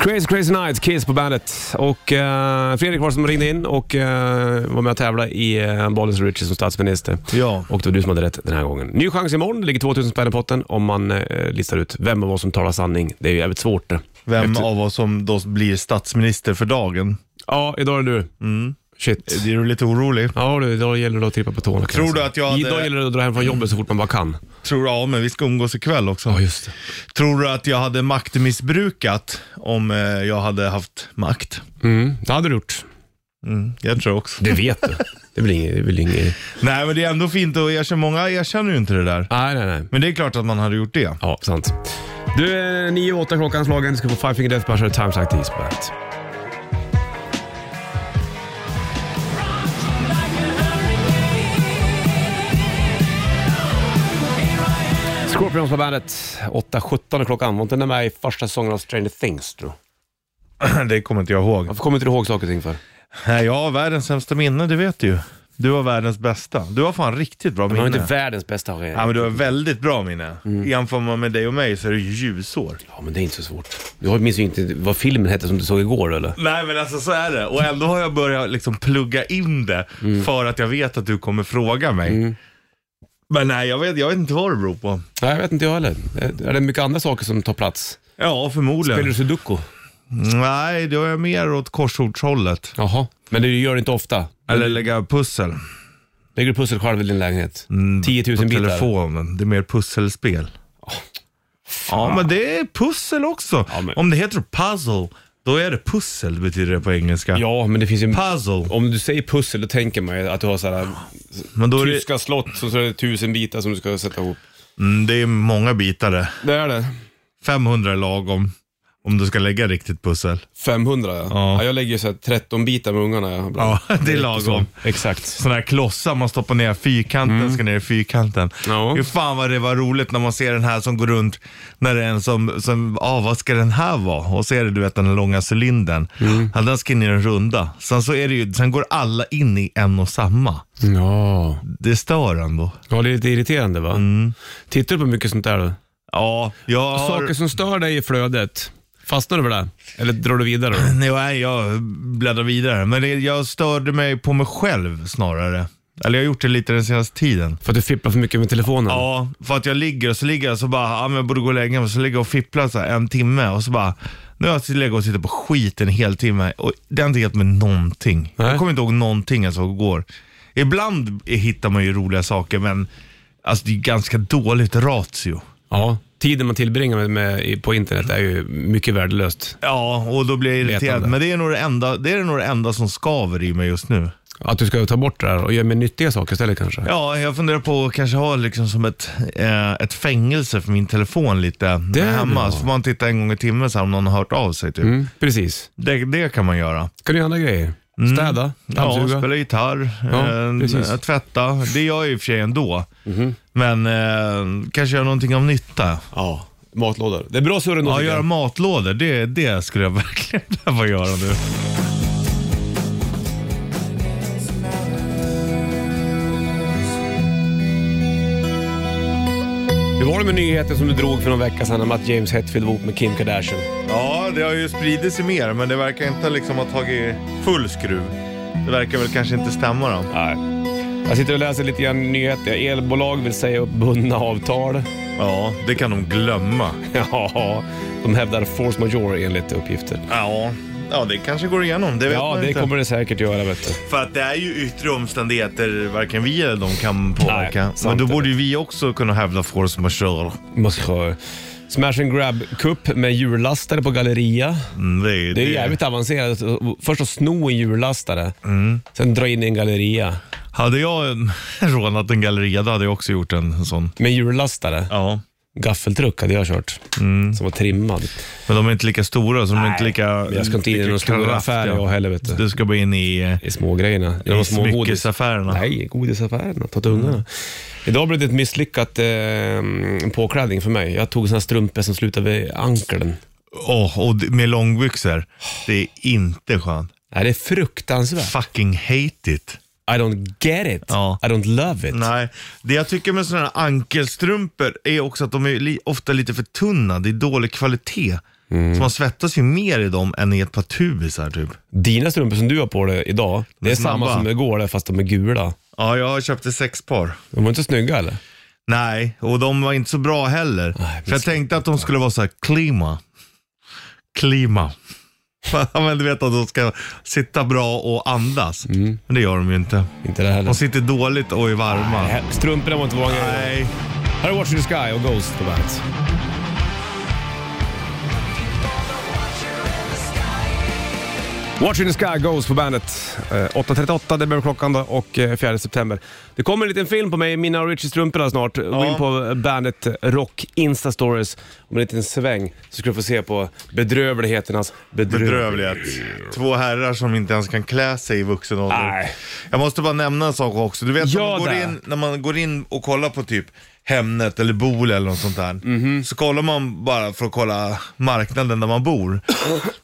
Speaker 2: Crazy Crazy Nights, Kiss på bandet. Och eh, Fredrik var det som ringde in och eh, var med och tävlade i eh, Bollens Riches som statsminister.
Speaker 3: Ja.
Speaker 2: Och det var du som hade rätt den här gången. Ny chans imorgon. Det ligger 2000 spänn i potten om man eh, listar ut vem av oss som talar sanning. Det är ju jävligt svårt det.
Speaker 3: Vem
Speaker 2: Efter-
Speaker 3: av oss som då blir statsminister för dagen?
Speaker 2: Ja, idag är det du.
Speaker 3: Mm.
Speaker 2: Shit.
Speaker 3: Är du lite orolig?
Speaker 2: Ja du, idag gäller det att trippa på tårna. kan
Speaker 3: Eh, Tror
Speaker 2: jag
Speaker 3: du
Speaker 2: säga.
Speaker 3: att jag hade-
Speaker 2: Idag gäller det att dra hem från jobbet så fort man bara kan.
Speaker 3: Tror du, ja men vi ska umgås ikväll också.
Speaker 2: just det.
Speaker 3: Tror du att jag hade maktmissbrukat om eh, jag hade haft makt?
Speaker 2: Mm, det hade du gjort.
Speaker 3: Jag tror också.
Speaker 2: Det vet du. Det blir inget... Det blir inget...
Speaker 3: Nej men det är ändå fint att erkänna, många erkänner ju inte det där.
Speaker 2: Nej, nej, nej.
Speaker 3: Men det är klart att man hade gjort det.
Speaker 2: Ja, sant. Du, är 9-8 klockan slagen. Du ska få Five Finger Death Punch och Times Like These på bandet. Scorpions på bandet. 8.17 klockan. Var inte den med i första säsongen av Stranger Things, tror du?
Speaker 3: det kommer inte jag ihåg.
Speaker 2: Varför kommer inte du ihåg saker och ting för?
Speaker 3: Nej, jag har världens sämsta minne, det vet du ju. Du har världens bästa. Du har fan riktigt bra
Speaker 2: Man har
Speaker 3: minne.
Speaker 2: inte Mm. världens bästa har
Speaker 3: Ja men du har väldigt bra minne. Jämför man med dig och mig så är det ju ljusår.
Speaker 2: Ja, men det är inte så svårt. Du minns ju inte vad filmen hette som du såg igår, eller?
Speaker 3: Nej men alltså så är det. Och ändå har jag börjat liksom plugga in det
Speaker 2: Mm.
Speaker 3: för att jag vet att du kommer fråga mig. Men nej, jag vet, jag vet inte vad det beror på.
Speaker 2: Nej, jag vet inte jag heller. Är det mycket andra saker som tar plats?
Speaker 3: Ja,
Speaker 2: Spelar du
Speaker 3: förmodligen.
Speaker 2: sudoku?
Speaker 3: Nej, då är jag mer åt korsordshållet.
Speaker 2: Jaha, men du gör det inte ofta?
Speaker 3: Eller lägga pussel.
Speaker 2: Lägger du pussel själv i din lägenhet? 10 000
Speaker 3: på
Speaker 2: bitar?
Speaker 3: telefonen. Det är mer pusselspel. ja, men det är pussel också.
Speaker 2: Ja, men-
Speaker 3: Om det heter puzzle, då är det pussel betyder det på engelska.
Speaker 2: Ja, men det finns ju...
Speaker 3: Puzzle.
Speaker 2: Om du säger pussel, då tänker man ju att du har sådana
Speaker 3: Men då är det,
Speaker 2: tyska slott och så är det tusen bitar som du ska sätta ihop.
Speaker 3: mm, det är många bitar det.
Speaker 2: Det är det.
Speaker 3: 500 är lagom. Om du ska lägga riktigt pussel.
Speaker 2: 500 ja. ja jag lägger ju såhär 13 bitar med ungarna. Ja, ibland.
Speaker 3: Ja, det är
Speaker 2: Så.
Speaker 3: lagom.
Speaker 2: Exakt.
Speaker 3: Sådana här klossar man stoppar ner i fyrkanten, ska ner i fyrkanten.
Speaker 2: Mm. Ja.
Speaker 3: Hur fan vad det var roligt när man ser den här som går runt, när det är en som, som ah, vad ska den här vara? Och så är det du vet den här långa cylindern.
Speaker 2: Mm.
Speaker 3: Ja, den ska in i den runda. Sen, så är det ju, sen går alla in i en och samma.
Speaker 2: Ja.
Speaker 3: Det stör ändå.
Speaker 2: ja, det är lite irriterande va? Tittar du på mycket sånt där då?
Speaker 3: Ja, jag har...
Speaker 2: Saker som stör dig i flödet, fastnar du för det? Eller drar du vidare? då?
Speaker 3: Nej, jag bläddrar vidare. Men det, jag störde mig på mig själv snarare. Eller jag har gjort det lite den senaste tiden.
Speaker 2: För att du fipplar för mycket med telefonen?
Speaker 3: Ja, för att jag ligger och så ligger jag så bara, ja men jag borde gå och lägga mig. Så ligger jag och fipplar så här en timme och så bara, nu har jag legat och tittat på skit en hel timme och det har inte gett mig någonting.
Speaker 2: Nej.
Speaker 3: Jag kommer inte ihåg någonting jag såg igår. Ibland hittar man ju roliga saker men alltså det är ganska dåligt ratio.
Speaker 2: Ja, tiden man tillbringar med, med, i- på internet är ju mycket värdelöst.
Speaker 3: Ja, och då blir jag irriterad.
Speaker 2: Letande.
Speaker 3: Men det är, nog det, enda, det är nog det enda som skaver i mig just nu.
Speaker 2: Att du ska ta bort det här och göra mer nyttiga saker istället kanske.
Speaker 3: Ja, jag funderar på att kanske ha liksom som ett, eh, ett fängelse för min telefon lite
Speaker 2: Det är bra.
Speaker 3: hemma. Så får man titta en gång i timmen så här, om någon har hört av sig typ.
Speaker 2: Mm, precis.
Speaker 3: Det, det kan man göra.
Speaker 2: Kan du göra andra grejer? Städa,
Speaker 3: Mm. Ja,
Speaker 2: dammsuga.
Speaker 3: spela gitarr,
Speaker 2: Ja,
Speaker 3: eh,
Speaker 2: precis. Mhm.
Speaker 3: tvätta. Det gör jag i och för sig ändå. Men eh, kanske göra någonting av nytta.
Speaker 2: Ja, matlådor. Det är bra surr ändå.
Speaker 3: Ja,
Speaker 2: tycker
Speaker 3: göra
Speaker 2: jag.
Speaker 3: matlådor, det, det skulle jag verkligen behöva göra nu.
Speaker 2: Hur var det med nyheten som du drog för någon vecka sedan om att James Hetfield var ihop med Kim Kardashian?
Speaker 3: Ja, det har ju spridit sig mer, men det verkar inte liksom ha tagit full skruv. Det verkar väl kanske inte stämma då.
Speaker 2: Nej. Jag sitter och läser lite grann nyheter. Elbolag vill säga upp bundna avtal.
Speaker 3: Ja, det kan de glömma.
Speaker 2: Ja, de hävdar force majeure enligt uppgifter.
Speaker 3: Ja, ja det kanske går igenom. Det vet
Speaker 2: Ja,
Speaker 3: man
Speaker 2: det
Speaker 3: inte.
Speaker 2: kommer det säkert göra vet du.
Speaker 3: För att det är ju yttre omständigheter varken vi eller de kan påverka.
Speaker 2: Nej, sant
Speaker 3: Men då
Speaker 2: är
Speaker 3: borde
Speaker 2: det.
Speaker 3: ju vi också kunna hävda force majeure.
Speaker 2: Monsieur. Smash and grab cup med hjullastare på galleria.
Speaker 3: Mm, det,
Speaker 2: Det är jävligt avancerat. Först att sno en hjullastare, sen dra in i en galleria
Speaker 3: Hade jag eh, rånat en galleria, då hade jag också gjort en sån.
Speaker 2: med en hjullastare.
Speaker 3: Ja.
Speaker 2: Gaffeltruck hade jag kört, som var trimmad.
Speaker 3: Men de är inte lika stora, så de är inte lika
Speaker 2: Men jag ska inte in i
Speaker 3: lika
Speaker 2: någon stor
Speaker 3: kraftiga.
Speaker 2: affär jag heller vet du.
Speaker 3: Du ska bara in i... eh,
Speaker 2: I smågrejerna. Det var
Speaker 3: I
Speaker 2: små godis.
Speaker 3: smyckesaffärerna.
Speaker 2: Nej, godisaffärerna. Ta till ungarna. Idag blev det ett misslyckat eh, påklädning för mig. Jag tog såna här strumpor som slutade vid ankeln.
Speaker 3: Åh, och d- med långbyxor. Det är inte skönt.
Speaker 2: Nej, det är fruktansvärt.
Speaker 3: Fucking hate it.
Speaker 2: I don't get it.
Speaker 3: Ja.
Speaker 2: I don't love it.
Speaker 3: Nej, det jag tycker med sådana här ankelstrumpor är också att de är li- ofta lite för tunna. Det är dålig kvalitet. Så man svettas ju mer i dem än i ett par tubisar typ.
Speaker 2: Dina strumpor som du har på dig idag, det är samma
Speaker 3: snabba.
Speaker 2: som igår där, fast de är gula.
Speaker 3: Ja, jag köpte sex par.
Speaker 2: De var inte snygga eller?
Speaker 3: Nej, och de var inte så bra heller.
Speaker 2: Nej,
Speaker 3: för jag tänkte att de skulle vara så här klima. Klima. Ja, Men du vet att de ska sitta bra och andas. Men det gör de ju inte.
Speaker 2: Inte det heller.
Speaker 3: De sitter dåligt och är varma. Nej.
Speaker 2: Nej, Strumporna var inte våga. Här är Watch the Sky och Ghost på bandet. Watch in the sky goes på bandet. Eh, 8.38, det blev klockan då och eh, 4 september. Det kommer en liten film på mig, mina och Richie strumporna snart. Gå in på eh, bandet Rock Insta Stories om en liten sväng så ska du få se på bedrövligheternas bedrövlighet.
Speaker 3: Bedrövligt. Två herrar som inte ens kan klä sig i vuxen ålder.
Speaker 2: Nej.
Speaker 3: Jag måste bara nämna en sak också. Du vet när
Speaker 2: Ja,
Speaker 3: man, går
Speaker 2: där.
Speaker 3: in, när man går in och kollar på typ Hemnet eller Bol eller något sånt där.
Speaker 2: Mhm.
Speaker 3: Så kollar man bara för att kolla marknaden där man bor.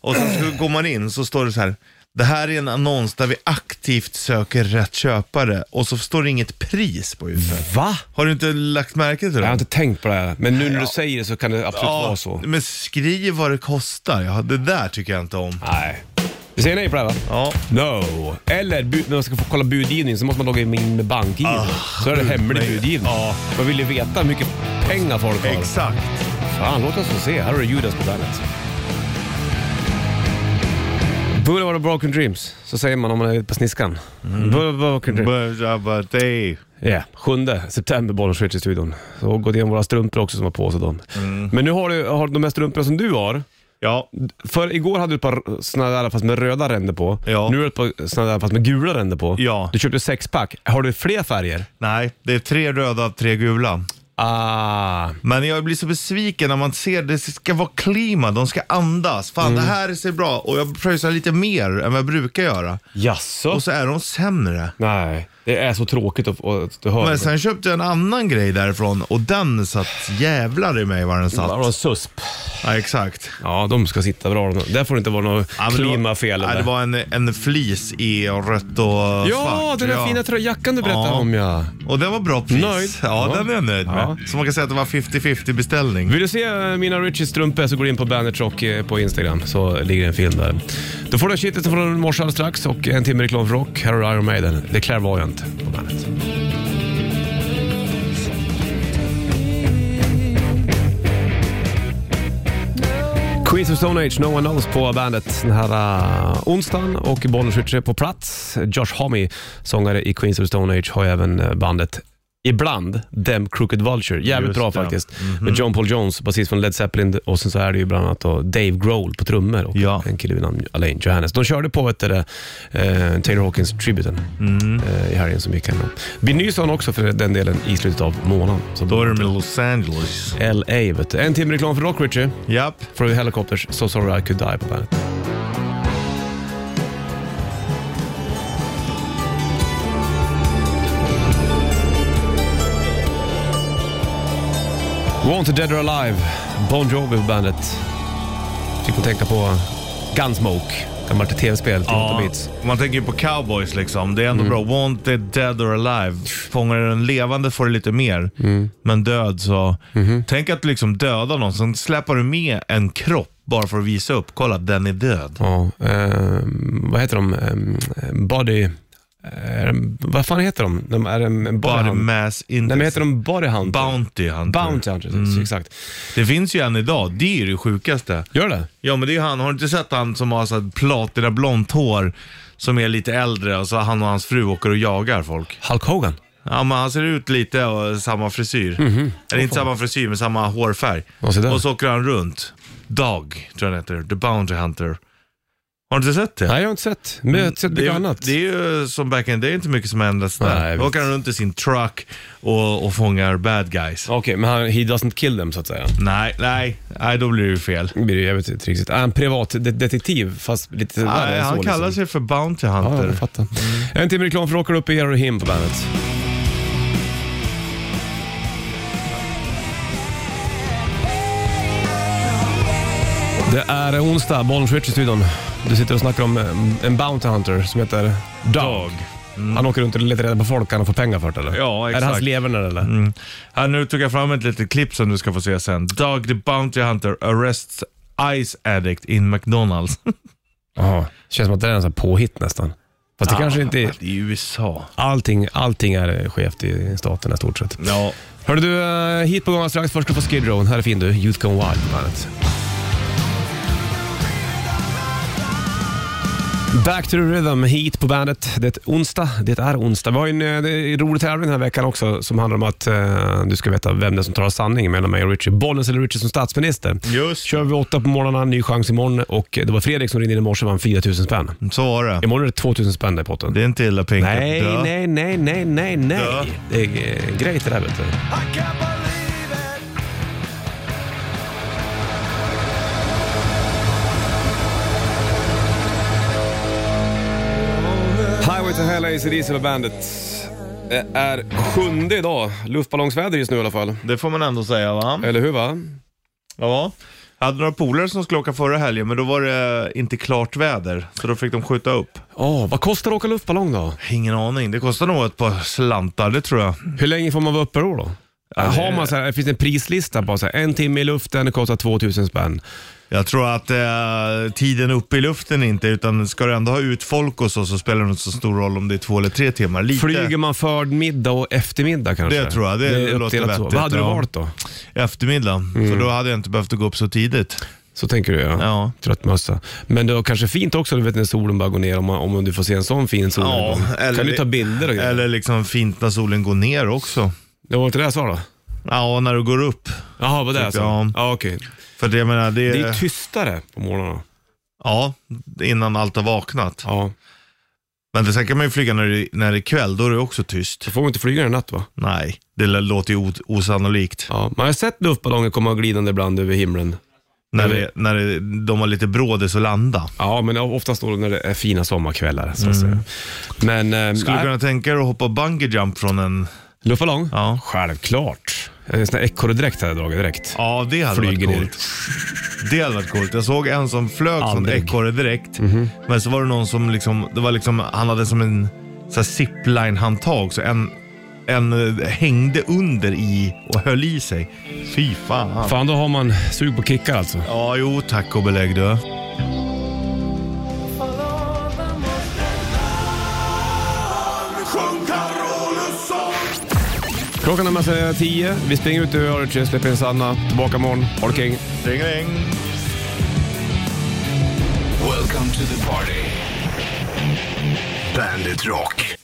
Speaker 3: och sen så går man in så står det så här. Det här är en annons där vi aktivt söker rätt köpare och så står det inget pris på huset.
Speaker 2: Va?
Speaker 3: Har du inte lagt märke till
Speaker 2: Jag har
Speaker 3: det?
Speaker 2: inte tänkt på det här, men nu när du säger det så kan det absolut vara så.
Speaker 3: men skriv vad det kostar. Ja, det där tycker jag inte om.
Speaker 2: Nej. Vi säger nej på det här va?
Speaker 3: Ja.
Speaker 2: No. Eller bu- när man ska få kolla budgivning så måste man logga in med bank-id. så är det hemlig
Speaker 3: Ah, nej.
Speaker 2: budgivning.
Speaker 3: Ja.
Speaker 2: Man vill ju veta hur mycket pengar folk har.
Speaker 3: Exakt.
Speaker 2: Fan, låt oss få se. Här har du Judas på bandet. Boulevard of Broken Dreams, så säger man om man är på sniskan.
Speaker 3: Mm.
Speaker 2: Boulevard of Broken Dreams.
Speaker 3: Bajabadej.
Speaker 2: Ja, 7 september, Bollnäs i studion. Så gå igenom våra strumpor också som var på sig dem.
Speaker 3: Mm.
Speaker 2: Men nu har du har de här strumporna som du har.
Speaker 3: Ja,
Speaker 2: För igår hade du ett par sådana där fast med röda ränder på.
Speaker 3: Ja.
Speaker 2: Nu har du ett par sådana där fast med gula ränder på.
Speaker 3: Ja.
Speaker 2: Du köpte sexpack. Har du fler färger?
Speaker 3: nej, det är tre röda, tre gula.
Speaker 2: Ah.
Speaker 3: Men jag blir så besviken när man ser, det ska vara klima, de ska andas.
Speaker 2: Mm.
Speaker 3: Fan, det här ser bra och jag pröjsar lite mer än vad jag brukar göra.
Speaker 2: Jaså?
Speaker 3: Och så är de sämre.
Speaker 2: Nej, det är så tråkigt att, att du hör.
Speaker 3: Men sen köpte jag en annan grej därifrån och den satt jävlar i mig vad den
Speaker 2: Där har de
Speaker 3: satt.
Speaker 2: susp.
Speaker 3: Ja, exakt.
Speaker 2: Ja, de ska sitta bra. Där får det inte vara något
Speaker 3: Ja, men det var-
Speaker 2: klimafel.
Speaker 3: Ja,
Speaker 2: eller?
Speaker 3: det var en, en flis i rött och
Speaker 2: ja,
Speaker 3: svart.
Speaker 2: den där fina tröjjackan du berättade
Speaker 3: Ja.
Speaker 2: om ja.
Speaker 3: Och den var bra pris.
Speaker 2: Nöjd.
Speaker 3: Ja,
Speaker 2: Ja.
Speaker 3: den är jag nöjd
Speaker 2: Ja.
Speaker 3: med. Så man kan säga att det var 50-50 beställning.
Speaker 2: Vill du se eh, mina Richies strumpor så går du in på Bandit Rock eh, på Instagram så ligger det en film där. Då får du kittet från morse alldeles strax och en timme reklam för rock. Här har du Iron Maiden, The Clairvoyant på bandet. Queens of Stone Age, No One Knows på bandet den här uh, onsdagen och Bollnäs Ritchie på plats. Josh Homme, sångare i Queens of Stone Age, har ju även eh, bandet ibland Them Crooked Vulture. Jävligt
Speaker 3: Just
Speaker 2: bra
Speaker 3: det.
Speaker 2: faktiskt. Med John Paul Jones, basist från Led Zeppelin och sen så är det ju bland annat då Dave Grohl på trummor och
Speaker 3: Ja.
Speaker 2: en kille vid namn Alain Johannes. De körde på vet du, det, eh, Taylor Hawkins tributen
Speaker 3: Mm.
Speaker 2: eh, i helgen som gick. här nu. Det blir ny sån också för den delen i slutet av månaden. Så
Speaker 3: Då är det med Los Angeles.
Speaker 2: LA vet du. En timme reklam för Rock Ritchie.
Speaker 3: Japp.
Speaker 2: Från Helicopters, So Sorry I Could Die på bandet. Wanted Dead or Alive, Bon Jovi på bandet. Fick man tänka på Gunsmoke, gammalt tv-spel till 8 bits.
Speaker 3: man tänker ju på cowboys liksom. Det är
Speaker 2: Mm.
Speaker 3: ändå bra. Wanted, dead or alive. Fångar du den levande får du lite mer.
Speaker 2: Mm.
Speaker 3: Men död så...
Speaker 2: Mm-hmm.
Speaker 3: Tänk att liksom döda någon, sen släpar du med en kropp bara för att visa upp. Kolla, den är död.
Speaker 2: Ja, ehm, vad heter de? Ehm, body... ehm, vad fan heter de? de är en body,
Speaker 3: Body
Speaker 2: hunt.
Speaker 3: mass index.
Speaker 2: Nej, men heter de Body Hunter?
Speaker 3: Bounty Mm. hunter.
Speaker 2: Bounty Hunter, exakt.
Speaker 3: Det finns ju en idag. Det är ju det sjukaste.
Speaker 2: Gör det?
Speaker 3: Ja, men det är ju han. Har du inte sett han som har så här platinablont hår? Som är lite äldre och så han och hans fru åker och jagar folk.
Speaker 2: Hulk Hogan?
Speaker 3: Ja, men han ser ut lite och samma frisyr.
Speaker 2: Mhm.
Speaker 3: Eller inte samma frisyr, men samma hårfärg.
Speaker 2: Ja, så där.
Speaker 3: Och så åker han runt. Dog, tror jag han heter. The Bounty Hunter. Har du inte sett det?
Speaker 2: Nej, jag har inte sett. Men jag har sett
Speaker 3: Det
Speaker 2: mycket
Speaker 3: är,
Speaker 2: annat.
Speaker 3: det är ju som back in, det är inte mycket som ändras
Speaker 2: Nej,
Speaker 3: där.
Speaker 2: jag
Speaker 3: Då
Speaker 2: vet.
Speaker 3: åker han runt i sin truck och, och fångar bad guys.
Speaker 2: Okej, men han, he doesn't kill them så att säga.
Speaker 3: Nej, nej, nej, då blir det ju fel.
Speaker 2: Det blir ju jävligt trixigt. Äh, Är han privatdetektiv fast lite värre
Speaker 3: Nej,
Speaker 2: än så? liksom.
Speaker 3: han kallar sig för Bounty Hunter.
Speaker 2: Ja, jag fattar. En timme reklam för Rockar upp och ger och him på bandet. Det är onsdag, Bollnäs Rich i studion. Du sitter och snackar om eh, en Bounty Hunter som heter Dog. Han åker runt och letar reda på folk han får pengar för det, eller?
Speaker 3: Ja,
Speaker 2: Är det hans
Speaker 3: exakt.
Speaker 2: leverne eller?
Speaker 3: Mm. Här, nu tog jag fram ett litet klipp som du ska få se sen. Dog the Bounty Hunter arrests Ice Addict in McDonalds.
Speaker 2: Jaha, känns som att det är en sån här påhitt nästan. Fast det kanske inte är...
Speaker 3: I USA.
Speaker 2: Allting, allting är skevt i staten i stort sett.
Speaker 3: Ja.
Speaker 2: Hörru du, eh, hit på gång strax. Först ska du få Skid Row. Här är fin du. Youth Gone Wild på bandet. Back to the rhythm, hit på bandet. Det är onsdag. Det är onsdag. Vi har ju en eh, det är en rolig tävling den här veckan också som handlar om att eh, du ska veta vem det är som talar sanning mellan mig och Richie. Bollens eller Richie som statsminister.
Speaker 3: Just.
Speaker 2: Kör vi åtta på morgonen, ny chans imorgon och eh, det var Fredrik som ringde in i morse och vann 4 000 spänn.
Speaker 3: Mm, Så var det.
Speaker 2: Imorgon är det 2 000 spänn där i potten.
Speaker 3: Det är inte illa pinkat.
Speaker 2: Nej,
Speaker 3: Dö.
Speaker 2: nej, nej, nej, nej, nej.
Speaker 3: Dö.
Speaker 2: Det är eh, grejt det där vet du. Highway to Hell, AC Diesel och Bandet. Det är sjunde idag. Luftballongsväder just nu i alla fall.
Speaker 3: Det får man ändå säga va?
Speaker 2: Eller hur va?
Speaker 3: Ja. Jag hade några polare som skulle åka förra helgen, men då var det inte klart väder. Så då fick de skjuta upp.
Speaker 2: Ja, vad kostar det att åka luftballong då?
Speaker 3: Ingen aning. Det kostar nog ett par slantar, det tror jag.
Speaker 2: Hur länge får man vara uppe då? då? Har man så här, finns det en prislista på så här, en timme i luften, det kostar 2000 spänn.
Speaker 3: Jag tror att eh, tiden uppe i luften inte, utan ska du ändå ha ut folk och så, så spelar det inte så stor roll om det är två eller tre timmar. Lite.
Speaker 2: Flyger man förmiddag och eftermiddag kanske?
Speaker 3: Det tror jag, det
Speaker 2: är
Speaker 3: låter
Speaker 2: uppdelat så.
Speaker 3: vettigt,
Speaker 2: Vad hade du
Speaker 3: ja.
Speaker 2: valt då?
Speaker 3: Eftermiddag,
Speaker 2: Mm.
Speaker 3: för då hade jag inte behövt gå upp så tidigt.
Speaker 2: Så tänker du ja.
Speaker 3: Ja.
Speaker 2: Trött mössa. Men det var kanske fint också du vet, när solen bara går ner, om, man, om du får se en sån fin solnedgång. kan du ta bilder och grejer?
Speaker 3: Eller liksom fint när solen går ner också.
Speaker 2: Det var inte det jag sa då?
Speaker 3: Ja, när du går upp.
Speaker 2: Jaha, vad det jag
Speaker 3: Typ, ja.
Speaker 2: sa? Ja, okej.
Speaker 3: För det, jag menar, det,
Speaker 2: Det är tystare på morgonen.
Speaker 3: Ja, innan allt har vaknat.
Speaker 2: Ja.
Speaker 3: Men sen kan man ju flyga när det, när det är kväll, då är det också tyst.
Speaker 2: Då får man inte flyga i natt va?
Speaker 3: Nej, det lå- låter ju o- osannolikt.
Speaker 2: Ja. Man har sett luftballonger komma glidande ibland över himlen.
Speaker 3: När, det, när det, de har lite brådis att landa.
Speaker 2: Ja, men oftast då när det är fina sommarkvällar. Så att säga. Men... ehm,
Speaker 3: Skulle du
Speaker 2: nej.
Speaker 3: kunna tänka dig att hoppa bungee jump från en...
Speaker 2: Luftballong?
Speaker 3: Ja.
Speaker 2: Självklart. En sån här ekorredräkt hade jag dragit direkt.
Speaker 3: Ja, det hade
Speaker 2: Flyger
Speaker 3: varit
Speaker 2: ner.
Speaker 3: coolt. Det hade varit coolt. Jag såg en som flög från
Speaker 2: Aldrig.
Speaker 3: ekorre direkt. Men så var det någon som liksom, det var liksom, han hade som en så här zipline-handtag. Så en, en eh, hängde under i och höll i sig. Fy fan.
Speaker 2: Fan, då har man sug på kickar alltså.
Speaker 3: Ja, jo tack och belägg du.
Speaker 2: Klockan närmar sig tio. Vi springer ut ur Örtje, släpper in Sanna. Tillbaka imorgon. Ha det king.
Speaker 3: Ring-ring.
Speaker 1: Welcome to the party. Bandit Rock.